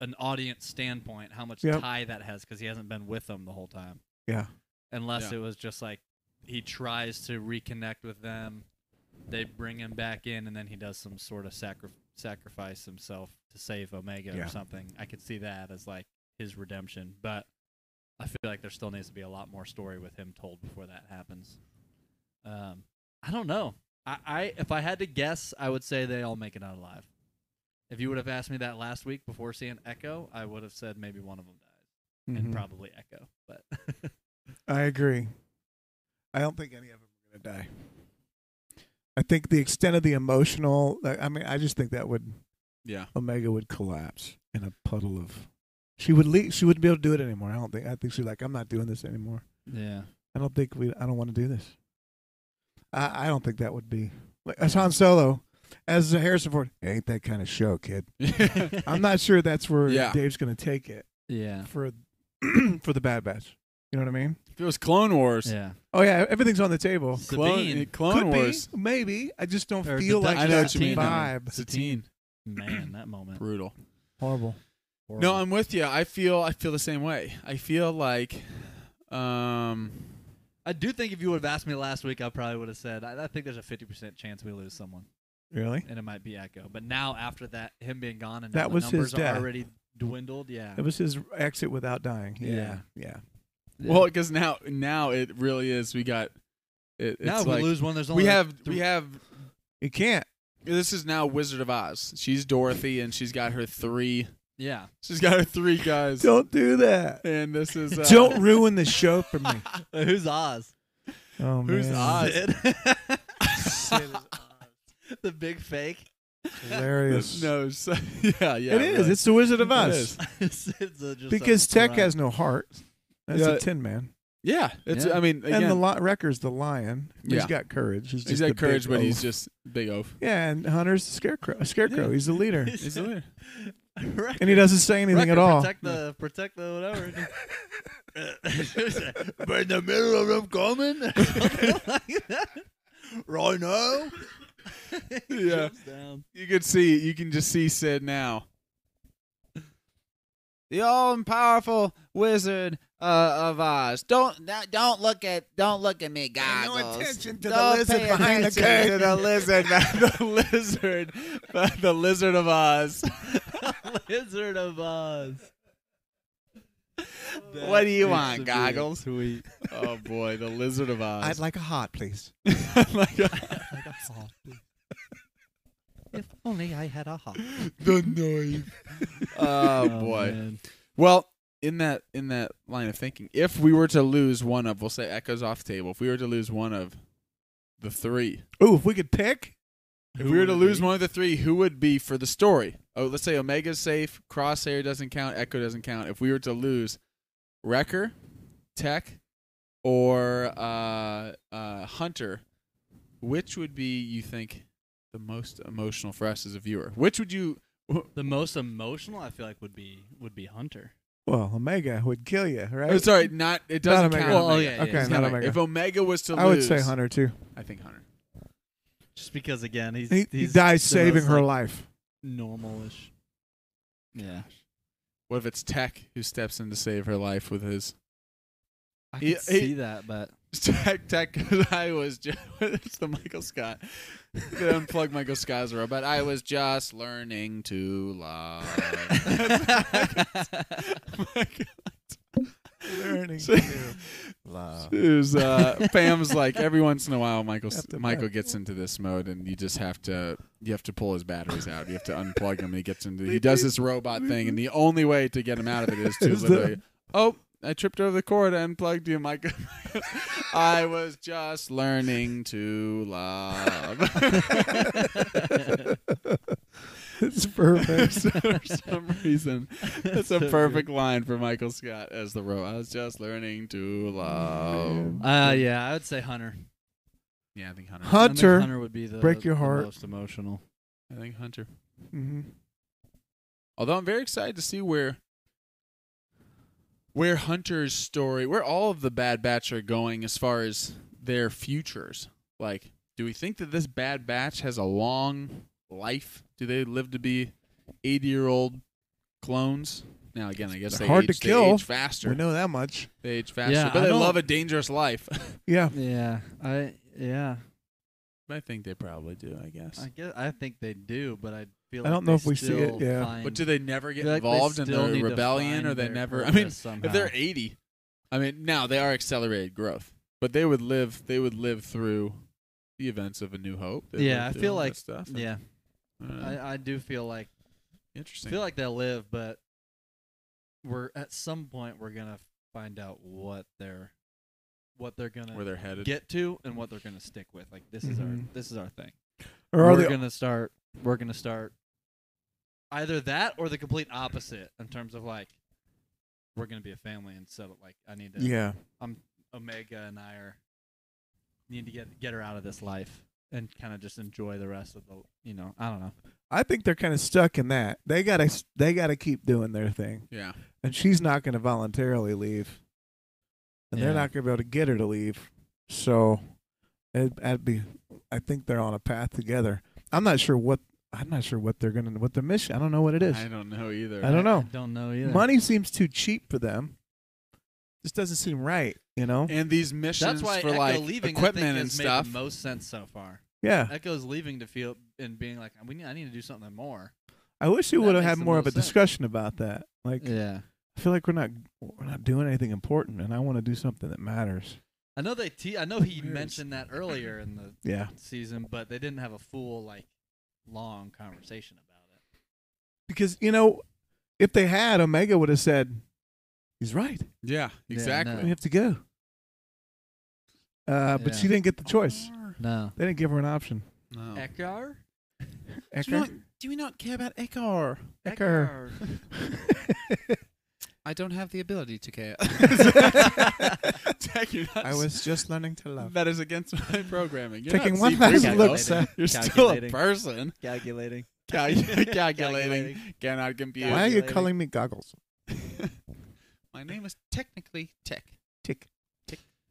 an audience standpoint, how much Yep. tie that has because he hasn't been with them the whole time. Yeah. Unless Yeah. it was just like he tries to reconnect with them, they bring him back in, and then he does some sort of sacri- sacrifice himself to save Omega Yeah. or something. I could see that as like his redemption, but I feel like there still needs to be a lot more story with him told before that happens. Um, I don't know. I, I if I had to guess, I would say they all make it out alive. If you would have asked me that last week before seeing Echo, I would have said maybe one of them dies, Mhm. and probably Echo. But I agree. I don't think any of them are going to die. I think the extent of the emotional. I I mean, I just think that would Yeah. Omega would collapse in a puddle of. She would leave. She wouldn't be able to do it anymore. I don't think. I think she's like, I'm not doing this anymore. yeah, I don't think we. I don't want to do this. I, I don't think that would be like, as Han Solo, as a Harrison Ford. "It ain't that kind of show, kid? I'm not sure that's where Yeah. Dave's going to take it yeah, for for the Bad Batch. You know what I mean? if it was Clone Wars, yeah. Oh yeah, everything's on the table. Clone, Sabine. Clone Could Wars, be, maybe. I just don't Or feel like deduction I know that what you mean. vibe. Satine, Man, that moment. brutal. Horrible. No, I'm with you. I feel I feel the same way. I feel like, um, I do think if you would have asked me last week, I probably would have said I, I think there's a 50% chance we lose someone, Really? and it might be Echo. But now after that, him being gone and now That was the numbers his death. are already dwindled. Yeah, It was his exit without dying. Yeah. Yeah. Yeah. well, because now now it really is. We got it, it's now if like we lose one. There's only we have three- we have You can't. this is now Wizard of Oz. She's Dorothy, and she's got her three. yeah. She's got her three guys, Don't do that. and this is uh, Don't ruin the show for me. Who's Oz? Oh Who's man. Oz? Sid. the big fake. Hilarious. No, so, yeah, yeah, it is. really. It's the Wizard of It Oz. is. Sid's a- just a Because Tech pariah. has no heart. That's Yeah. a tin man. yeah. It's Yeah. I mean, again, And the li- Wrecker's the lion. He's Yeah. got courage. He's, he's just a got courage, big but he's oaf. just big oaf. yeah. And Hunter's the scarecrow. Scarecrow. Yeah. He's the leader, He's He's the leader. Wrecker- and he doesn't say anything Wrecker, at all. Protect the protect the whatever. but in the middle of them coming, right now. Yeah. Jumps down. You could see, you can just see Sid now. The all-powerful wizard uh, of Oz. Don't now- don't look at don't look at me, guys. attention to Don't pay attention to the lizard, the lizard, the lizard of Oz. Lizard of Oz. What do you That want, is a goggles? Sweet. Oh boy, the lizard of Oz. I'd like a heart, please. like Like a heart. If only I had a hot. the knife. Oh boy. Well, in that in that line of thinking, if we were to lose one of, we'll say Echo's off the table. If we were to lose one of the three, Ooh, if we could pick, if we were to lose one of the three, who would be for the story? Oh, let's say Omega's safe, Crosshair doesn't count, Echo doesn't count. If we were to lose Wrecker, Tech, or uh, uh, Hunter, which would be you think the most emotional for us as a viewer? Which would you? The most emotional I feel like would be would be Hunter. well, Omega would kill you, right? Oh, sorry, not it doesn't Uh, Omega. count. Well, oh, Omega. yeah, yeah, Okay, yeah. It's not not Omega. If Omega was to I would lose, say Hunter too. I think Hunter. Just because again he's He, he he's dies the saving most, her like, life. normalish. Yeah. What if it's Tech who steps in to save her life with his I He- can he- see that, but Tech? Tech, 'cause I was just it's the Michael Scott. They unplug Michael Scott's role, but I was just learning to love. Learning So- Love. There's, uh, Pam's like every once in a while, Michael Have to Michael gets into this mode, and you just have to you have to pull his batteries out. You have to unplug him. And he gets into he does this robot thing, and the only way to get him out of it is to Is the- literally, oh, I tripped over the cord, I unplugged you, Michael. I was just learning to love. it's perfect. So for some reason, that's a perfect line for Michael Scott as the robot. I was just learning to love. Uh yeah, I would say Hunter. Yeah, I think Hunter. I think Hunter. Hunter would be the break your the heart. most emotional. I think Hunter. hmm Although I'm very excited to see where where Hunter's story, where all of the Bad Batch are going as far as their futures. Like, do we think that this Bad Batch has a long life? Do they live to be 80 year old clones? Now, again, I guess They're they hard age, to they kill. age faster. We know that much. They age faster, Yeah, but I they don't- love a dangerous life. Yeah. Yeah. I yeah. I think they probably do. I guess. I guess I think they do, but I feel I like don't know they if we see it, still yeah. find- but do they never get feel like they involved in still the need to rebellion, or find they their never? I mean, purpose somehow. if they're 80, I mean, now they are accelerated growth, but they would live. They would live through the events of A New Hope. They lived Yeah, I through feel all that like- stuff. and, Yeah, uh, I, I do feel like interesting. feel like they'll live, but we're at some point we're gonna find out what they're what they're gonna where they're headed. get to and what they're gonna stick with. Like this is our Mhm. this is our thing. Or are we're they, gonna start we're gonna start either that or the complete opposite in terms of like we're gonna be a family and settle like I need to yeah. Omega and I are need to get get her out of this life and kind of just enjoy the rest of the you know, I don't know. I think they're kind of stuck in that. They gotta they gotta keep doing their thing, Yeah, and she's not gonna voluntarily leave, and they're Yeah. not gonna be able to get her to leave. So, it, would be. I think they're on a path together. I'm not sure what I'm not sure what they're gonna what their mission. I don't know what it is. I don't know either. I don't know. don't know either. Money seems too cheap for them. This doesn't seem right, you know. And these missions That's why for Echo like leaving I equipment think, and has stuff. made the most sense so far. Yeah, Echo's leaving to feel and being like, we need, I need to do something more. I wish we that would have makes had the more of a most sense. discussion about that. Like, Yeah, I feel like we're not we're not doing anything important, and I want to do something that matters. I know they. Te- I know he Where is- mentioned that earlier in the Yeah, season, but they didn't have a full like long conversation about it. because you know, if they had, Omega would have said, "He's right. yeah, Yeah, exactly. no. We have to go." Uh, but Yeah. she didn't get the choice. No, They didn't give her an option. No. Echo. Do you Ecker, not, do you not care about Ekar? Ecker. I don't have the ability to care. Jack, you're not I was just learning to love. That is against my programming. You're Taking not one uh, C-3PO. last look, Calculating. sir. You're still a Calculating. person. Calculating. Cal- calculating. Cannot compute. Why are you Calculating. calling me goggles? My name is technically Tech. Tick.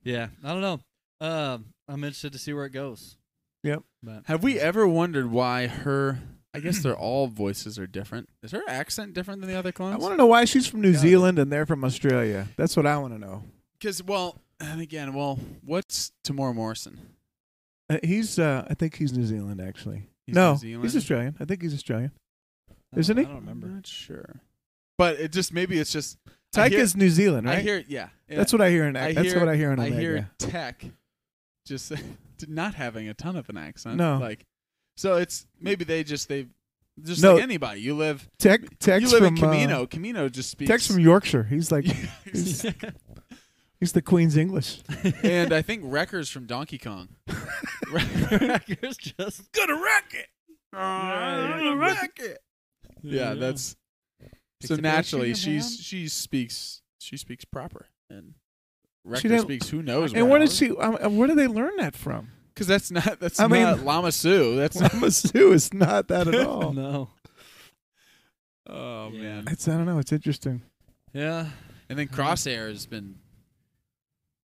Yeah, I don't know. Um, I'm interested to see where it goes. Yep. But Have we ever wondered why her? I guess they're all voices are different. Is her accent different than the other I clones? want to know why she's from New Got it. Zealand and they're from Australia. That's what I want to know. Because well, and again, well, what's Tamora Morrison? Uh, he's, uh, I think he's New Zealand actually. He's no, New Zealand? he's Australian. I think he's Australian. I don't- Isn't he? I don't remember. I'm not sure. But it just maybe it's just I Tyke hear- is New Zealand, right? I hear yeah. yeah. that's what I hear in. I that's hear- what I hear in I Omega. hear tech just not having a ton of an accent. No. Like so it's maybe they just they just No. like anybody. You live Tech, you Tex live from uh, in Camino. Camino just speaks Tex from Yorkshire. He's like he's the Queen's English. and I think Wreckers from Donkey Kong. Wrecker's just Gonna wreck it. Gonna wreck it. Yeah, that's so Picks a naturally direction of she's she speaks she speaks proper and Wrecker didn't- speaks who knows And where did she? Um, uh, where do they learn that from? because that's not that's I mean- not Lama Sue that's not, Lama Sue is not that at all. no. oh Yeah. man It's I don't know. It's interesting. Yeah. And Uh-huh. then Crosshair has been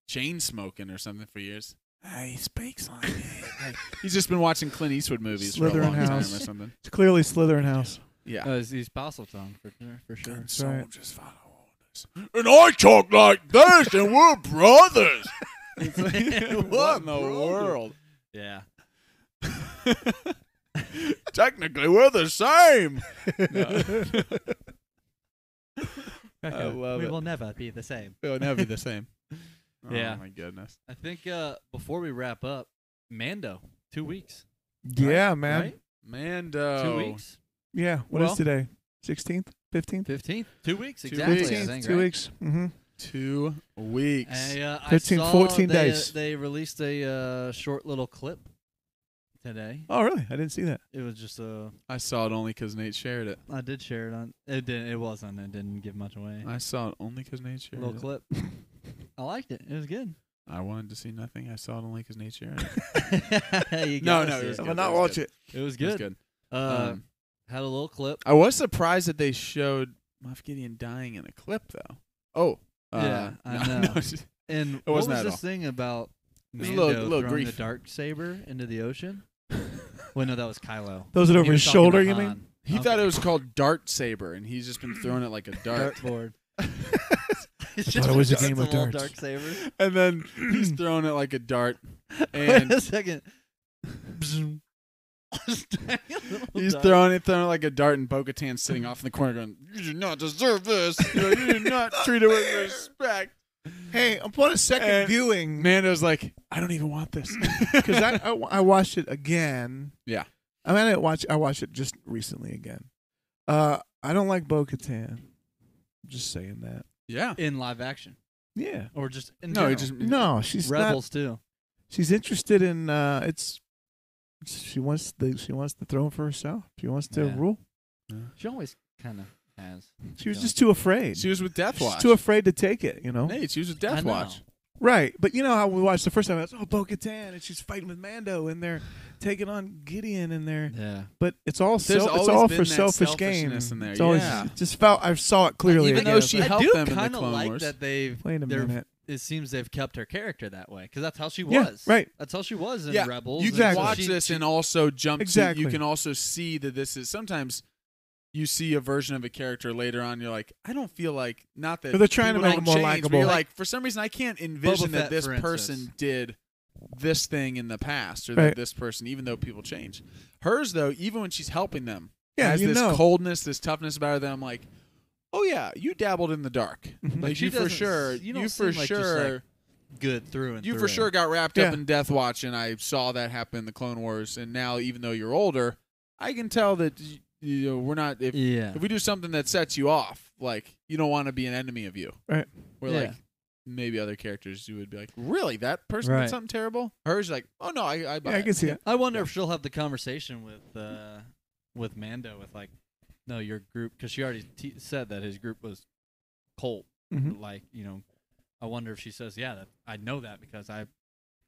chain smoking or something for years. he speaks like he's just been watching Clint Eastwood movies for a Slytherin long House. time or something. It's clearly Slytherin House. Yeah. Uh, he's- he's Basel tongue for sure. For sure. That's right. just follow orders. And I talk like this, and we're brothers. what in the world? Yeah. Technically, we're the same. I love we it. will never be the same. It would never be the same. Yeah. Oh my goodness. I think uh, before we wrap up, Mando, two weeks. Yeah, man. right? Mando. Two weeks. Yeah. What is Well- today? Sixteenth, fifteenth, Fifteenth. Two weeks. Two Exactly. weeks. I fifteenth. think, Two right? weeks. Mm-hmm. Two weeks. I, uh, I 13, saw 14 they, uh, days. they released a uh, short little clip today. Oh, really? I didn't see that. It was just uh, I saw it only because Nate shared it. I did share it on. It didn't. It wasn't. It didn't give much away. I saw it only because Nate shared little it. clip. I liked it. It was good. I wanted to see nothing. I saw it only because Nate shared it. You No, gotta no, see it was it. good. will not watch it. It was It was good. Uh, Um, had a little clip. I was surprised that they showed Moff Gideon dying in a clip, though. Oh. Uh, Yeah, I no, know. no, it's- And wasn't what was that at this all. thing about was a Mando little- little throwing grief. the dark saber into the ocean? Well, no, that was Kylo. Those that are He over was his talking shoulder, to you mean? Han. he Okay. thought it was called Dart Saber, and he's just been throwing it like a dart. dartboard. it's thought it was a game of little darts. Dark saber. and then he's throwing it like a dart. Wait And a second. Bzoom. he's Little dart. throwing it, throwing it like a dart, and Bo Katan's sitting off in the corner going, You do not deserve this. You do not treat it with respect. Hey, upon a second And- viewing, Mando's like, I don't even want this. because I, I I watched it again. Yeah. I mean, I didn't watch. I watched it just recently again. Uh, I don't like Bo Katan. Just saying that. yeah. in live action Yeah. or just in No, general. it just No, she's not. Rebels too. She's interested in. Uh, it's. She wants the. She wants the throne for herself. She wants to Yeah. rule. She always kind of has. She was Yeah. just too afraid. She was with Death She's Watch. too afraid to take it. You know. Nate, she was with I Death know. Watch. Right, but you know how we watched the first time. I was, oh, Bo Katan, and she's fighting with Mando, and they're taking on Gideon, and they're. Yeah. But it's all There's self, always it's all been for that selfish gain. selfishness in there, It's always yeah. it just felt I saw it clearly. Even again. though It's she like, I helped do them in the kind of Clone like Wars. that they've. wait a they're- minute. It seems they've kept her character that way because that's how she Yeah, was. right. That's how she was in Yeah, Rebels. You and Exactly. can watch she- this and also jump. to- Exactly. you can also see that this is sometimes you see a version of a character later on. You're like, I don't feel like not that. But they're trying to people make don't it more change, but likable. You're like, for some reason, I can't envision Fett, that this for instance. person did this thing in the past, or Right. that this person, even though people change. Hers though, even when she's helping them, Yeah, has you this know. coldness, this toughness about her that I'm like, oh yeah, you dabbled in the dark. Mhm. Like She you for doesn't sure, s- you don't for seem like just, sure, like, good through and you through. for sure got wrapped up Yeah. in Death Watch, and I saw that happen in the Clone Wars. And now, even though you're older, I can tell that y- you know we're not. If, Yeah. if we do something that sets you off, like you don't want to be an enemy of you, Right. We're Yeah. like maybe other characters you would be like, really that person Right. did something terrible. Hers like, oh no, I I, buy Yeah, I it." can see it. I wonder if she'll have the conversation with uh, with Mando with like, no, your group because she already te said that his group was Colt. Mhm. Mm-hmm. Like you know, I wonder if she says, yeah, that, I know that because I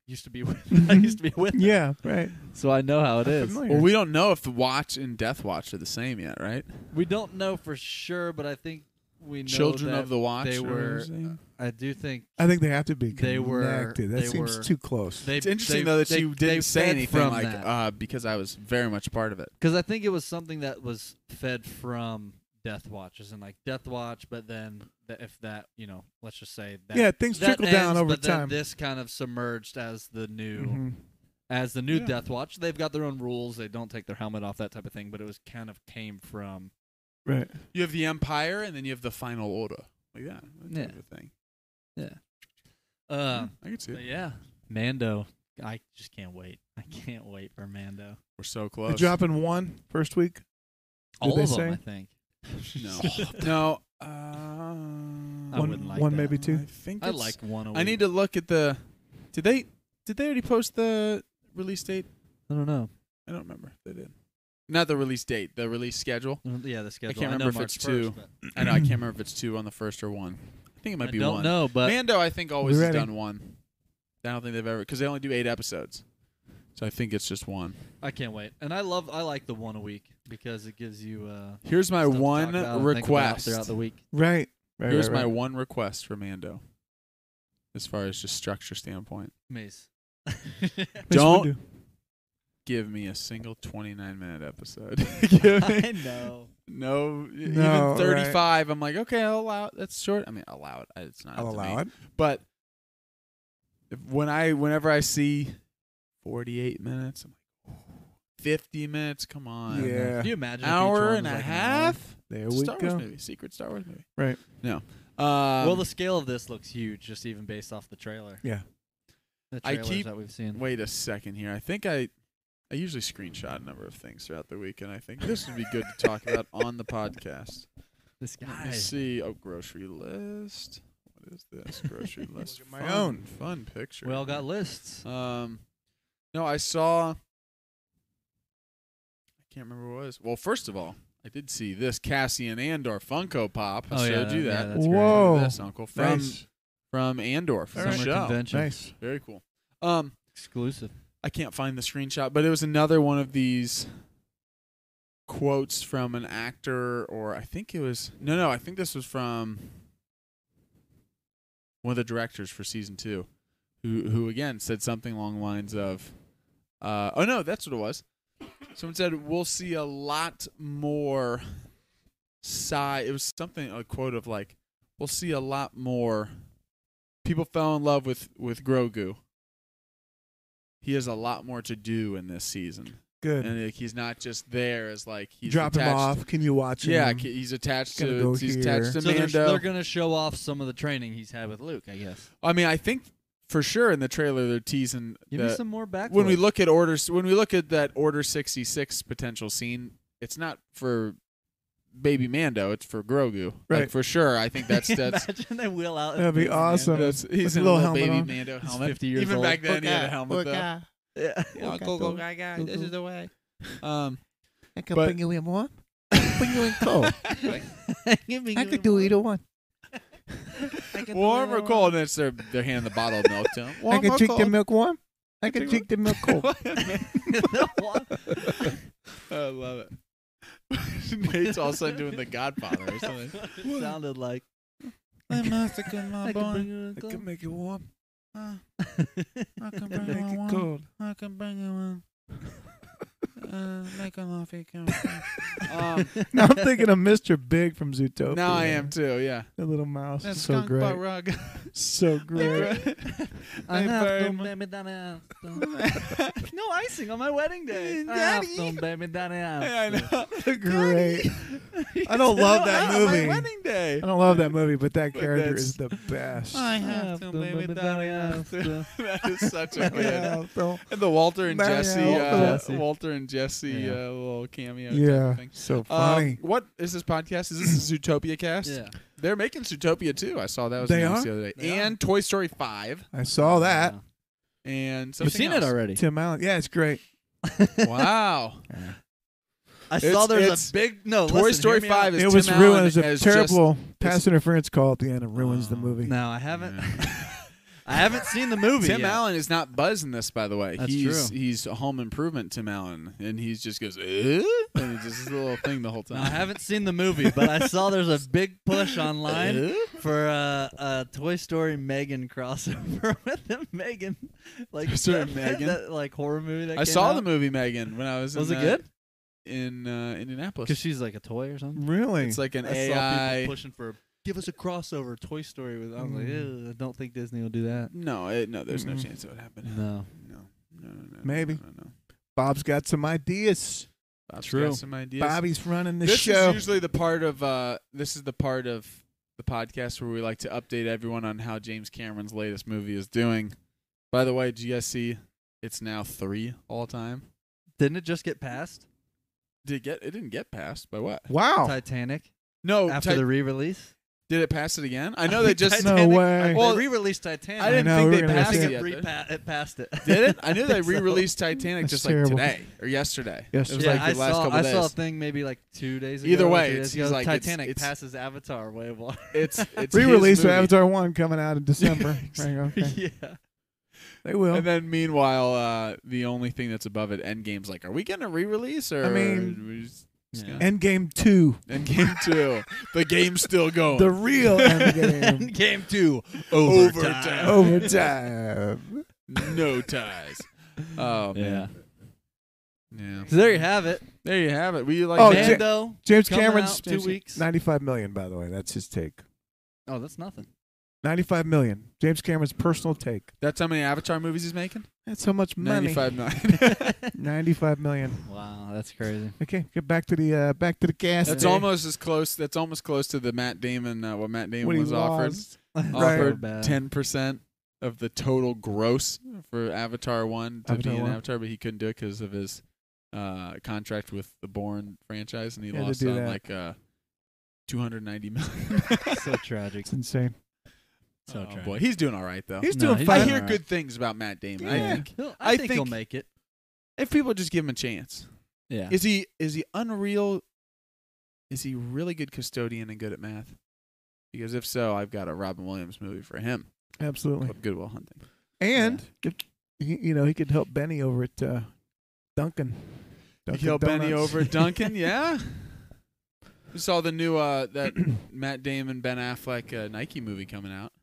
used to be with Mm-hmm. I used to be with them. Yeah, right. so I know how it is. Familiar. Well, we don't know if the Watch and Death Watch are the same yet, right? We don't know for sure, but I think we know Children that of the Watch. They or were. whatever his name. I do think I think they have to be connected. They were- That they seems were- too close. they. It's interesting they- though that they, you they didn't say fed anything from like that. uh, because I was very much part of it. because I think it was something that was fed from Death Watch, as in like Death Watch, but then th- if that you know, let's just say that yeah, things that trickle down ends, over but then time. this kind of submerged as the new Mhm. as the new Yeah. Death Watch. They've got their own rules; they don't take their helmet off, that type of thing. But it was kind of came from Right. You have the Empire, and then you have the Final Order. Like that, that Yeah. type of thing. Hmm, uh, Mm-hmm. I can see but it. yeah, Mando. I just can't wait. I can't wait for Mando. We're so They're close. dropping one first week. All they of say? them, I think. No, no. Uh, I One- wouldn't like one that. maybe two. I think I it's- like one. I I need to look at the. Did they? Did they already post the release date? I don't know. I don't remember. if They did. Not the release date. The release schedule. Yeah, the schedule. can't know remember if March it's two. 1st, but- I know. I can't remember if it's two on the first or one. I think it might I be don't one. know, but Mando, I think always We has ready? done one. I don't think they've ever because they only do eight episodes, so I think it's just one. I can't wait. And I love I like the one a week because it gives you uh Here's my stuff to talk one about and think about request. throughout the week. Right. right Here's right, my right. one request for Mando, as far as just structure standpoint. Maze. Mace Don't- Windu. Give me a single 29 minute episode. Give me- I know. no, No, even right. 35. I'm like, okay, I'll allow it. That's short. I mean, I'll allow it. I- It's not. I'll up to allow me. it. But if, when I, whenever I see 48 minutes, I'm like, 50 minutes. Come on, Yeah. Can you imagine? if each hour one and a was like an hour? half. There It's a we Star Wars go. movie, secret Star Wars movie. Right. No. Um, well, the scale of this looks huge, just even based off the trailer. Yeah. The I trailers keep- that we've seen. Wait a second here. I think I I usually screenshot a number of things throughout the week, and I think this would be good to talk about on the podcast. This Let me guy. see. Oh, grocery list. What is this grocery list? Look at Fun- my own. fun picture. We all got lists. Um, no, I saw. I can't remember what it was. Well, first of all, I did see this Cassian Andor Funko Pop. I oh yeah, showed you yeah, that. that's great. Whoa. Look at this, Uncle from Nice. from Andor from Summer the show. convention. Nice. Very cool. Um, Exclusive. I can't find the screenshot, but it was another one of these quotes from an actor, or I think it was no, no, I think this was from one of the directors for season two, who who again said something along the lines of, uh, "Oh no, that's what it was." Someone said, "We'll see a lot more." Sigh. It was something a quote of like, "We'll see a lot more." People fell in love with with Grogu he has a lot more to do in this season. Good. and like, he's not just there as like he's Drop him attached- off. Can you watch him? Yeah, ki- he's attached Gonna to go he's here. attached to So they're, Mando. they're gonna show off some of the training he's had with Luke, I guess. I mean, I think for sure in the trailer they're teasing Give the- me some more back. when we look at orders when we look at that order 66 potential scene it's not for baby mando it's for grogu like Right. for sure i think that's that's Imagine they wheel out. That'd be Baby awesome. Mando. that's he's a in a little little, helmet baby on. mando He's helmet 50 years even old. back then he had a helmet though. Yeah. Yeah, go, go, guy, Go, This go. is the way. um I can But- bring you in warm. bring you in cold. I could do either one. I can do warm either or one. cold and it's their they're handing the bottle of milk to him I warm can or drink the cold? milk warm. I can drink the milk cold. i love it nate's all of a sudden doing the godfather or something Sounded like. i'm not a good my I can bring you a I can cup. make it warm. i can I can make it cold. I can bring you one. Uh, make an offer. um, Now I'm thinking of Mr. Big from Zootopia. now I am too. Yeah. That little mouse. That is so skunk great. butt rug. So great. I They have buried some my- baby down No icing on my wedding day. I have Daddy. some baby down Yeah, I know. great. I don't love that Ah, movie. My wedding day. I don't love that movie, but that But character that's- is the best. I have some baby daddy after. that is such a good. Yeah, so- And the Walter and Yeah, Jesse, Walter uh, and Jesse. Walter and Jesse Yeah. uh, little cameo. type yeah, thing. so Um, funny. what is this podcast? Is this a Zootopia cast? Yeah. They're making Zootopia too. I saw that was They announced are? the other day. They are. and Toy Story Five. I saw that. And You've something seen it else. already. Tim Allen. Yeah, it's great. Wow. I It's- saw it's- there's a big no. Toy listen, Story hear me out. 5 is It was Tim ruined. Allen It was a as terrible it's- pass interference call at the end. It ruins Oh, the movie. No, I haven't. I haven't seen the movie. Tim yet. Allen is not buzzing this, by the way. That's he's true. he's a home improvement Tim Allen, and he just goes eh? and it's just a little thing the whole No, time. I haven't seen the movie, but I saw there's a big push online Eh? for uh, a Toy Story Megan crossover with the Megan, like Toy Story that- Megan? that, like horror movie. That I came saw out. the movie Megan when I was Was in, it uh, good? in uh, Indianapolis. Because she's like a toy or something. Really? it's like an I saw AI. people pushing for give us a crossover Toy Story with. I was like, Mm. "Ew, I don't think Disney will do that. No, it, no, there's no Mm-mm. chance it would happen. No, No, no, no, no Maybe. No, no, no. Bob's got some ideas. Bob's True. got some ideas. Bobby's running the this show. is usually the part of uh, this is the part of the podcast where we like to update everyone on how James Cameron's latest movie is doing. By the way, did you guys see it's now three all time? didn't it just get passed Did it get it didn't get passed by what? wow. Titanic No, after Oh. Ti- the re-release? did it pass it again? I know they just No Titanic- way. Well, they re-released Titanic. I didn't know, think we they were gonna I passed think it. say it, Yet. though. repa- it passed it. Did it? I knew they So- re-released Titanic just That's like terrible. today or yesterday. It was Yesterday. yeah, like the I last saw. couple I days. saw a thing maybe like two days ago. Either or way, three it days seems ago, like it's- Titanic it's- passes Avatar way of water. It's it's his Re-release of movie. Avatar One coming out in December. Right, okay. yeah, They will. And then meanwhile, uh, the only thing that's above it, Endgame's like, are we gonna re-release or? I mean- we just- just Yeah. gonna- Endgame Two, Endgame two, the game's still going. the real Endgame. game two Overtime. Overtime. no ties. Oh Yeah. man. Yeah. So there you have it. There you have it. We like Oh, man, Jack- Mando. James Coming Cameron's out two weeks. Ninety-five million, by the way. That's his take. oh, that's nothing. Ninety-five million. James Cameron's personal take. that's how many Avatar movies he's making? That's how much Ninety money. five nine. Ninety-five million. wow, that's crazy. Okay, get back to the uh, back to the cast. That's here. almost as close that's almost close to the Matt Damon uh, what Matt Damon What he was offered. lost. Right. Offered ten percent of the total gross for Avatar One to Avatar be in 1. Avatar, but he couldn't do it because of his uh, contract with the Bourne franchise, and he Yeah, they lost do on that. like uh, two hundred ninety million. so tragic. It's insane. So oh tragic. boy, he's doing all right though. He's No, doing he's fine. I doing hear all good things about Matt Damon. I Yeah. think He'll- I I think he'll think- make it. if people just give him a chance, Yeah. is he is he unreal? Is he really good custodian and good at math? Because if so, I've got a Robin Williams movie for him Absolutely. called Goodwill Hunting. And he, you know he could help Benny over at uh, Duncan. Dunkin' Yo, Benny Donuts. over at Duncan, yeah. We saw the new uh that Matt Damon Ben Affleck uh, Nike movie coming out.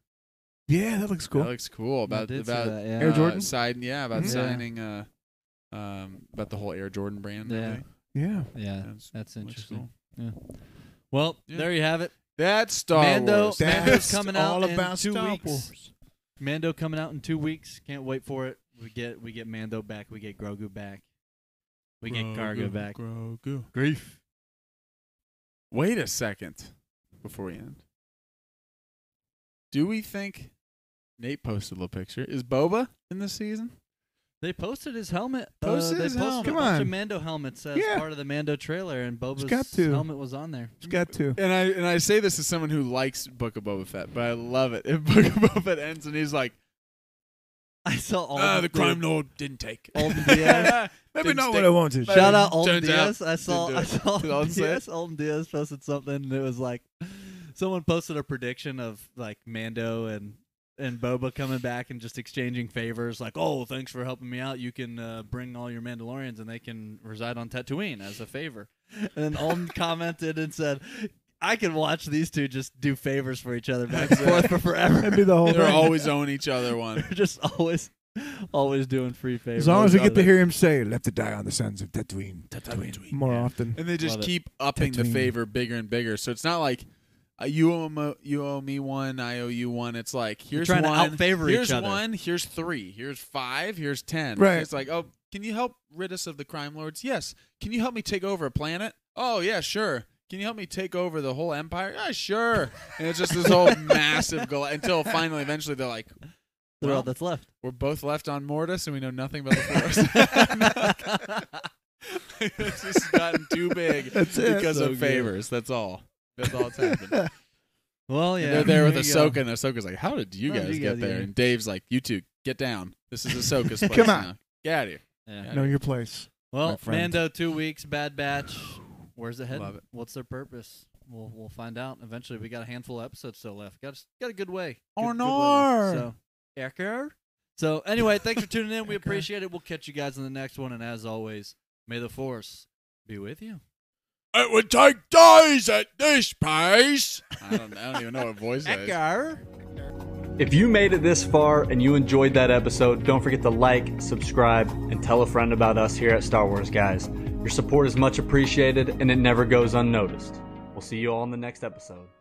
Yeah, that looks That cool. looks cool I about did see about that, yeah. Air uh, Jordan? sign, yeah, about Mhm. Yeah. signing uh um about the whole Air Jordan brand. Yeah. really. Yeah. Yeah, That's, that's looks interesting. cool. Well, Yeah. there you have it. That's Star Mando- Wars. Mando's That's coming out all in about two Star weeks. Wars. Mando coming out in two weeks. Can't wait for it. We get we get Mando back. We get Grogu back. We get Gargo back. Grogu. Grief. Wait a second before we end. Do we think Nate posted a little picture? Is Boba in this season? They posted his helmet. Uh, Posted they his helmet. a Come bunch of on. Mando helmets as Yeah. part of the Mando trailer, and Boba's got to. helmet was on there. It's got to. And I and I say this as someone who likes Book of Boba Fett, but I love it. If Book of Boba Fett ends and he's like, I saw all ah, of the crime lord didn't take. it." Alden Diaz. Maybe Didn't not stick. what I wanted. Shout out Alden Turns out, Diaz. I saw do I it. saw Did Alden Alden say it? Diaz. Alden Diaz posted something, and it was like someone posted a prediction of like Mando and and Boba coming back and just exchanging favors, like, "Oh, thanks for helping me out. You can uh, bring all your Mandalorians, and they can reside on Tatooine as a favor." And then Alden commented and said. I can watch these two just do favors for each other back and forth for That'd forever. be the whole They're thing. always owing each other one. They're just always, always doing free favors. as long as we get to Other- hear him say, "Left to die on the sons of Tatooine,", Tatooine, more often. And they just Love it. keep upping the Tatooine. favor bigger and bigger. So it's not like uh, you owe me, you owe me one, I owe you one. It's like here's trying to one, outfavor each here's other. one, here's three, here's five, here's ten. Right. It's like oh, can you help rid us of the crime lords? Yes. Can you help me take over a planet? Oh yeah, sure. Can you help me take over the whole empire? Yeah, sure. and it's just this whole massive gal- until finally, eventually, they're like, they're all well, that's left. we're both left on Mortis and we know nothing about the Force. it's just gotten too big That's it. because So of favors. That's all. That's all that's happened. And Well, yeah, they're there with you go. Ahsoka, and Ahsoka's like, "How did you How did guys you get guys there?" get And Dave's like, "You two, get down. This is Ahsoka's place Come on. now. Get out of here." Yeah. Know your place. Well, friend. Mando, two weeks, Bad Batch. Where's it heading? Love it. What's their purpose? We'll we'll find out eventually. We got a handful of episodes still left. Got got a good way. Good, good Arnar. way. So, Erker. So anyway, thanks for tuning in. We appreciate it. We'll catch you guys in the next one. And as always, may the force be with you. It would take days at this pace. I don't. I don't even know what voice that is. If you made it this far and you enjoyed that episode, don't forget to like, subscribe, and tell a friend about us here at Star Wars Guys. Your support is much appreciated and it never goes unnoticed. We'll see you all in the next episode.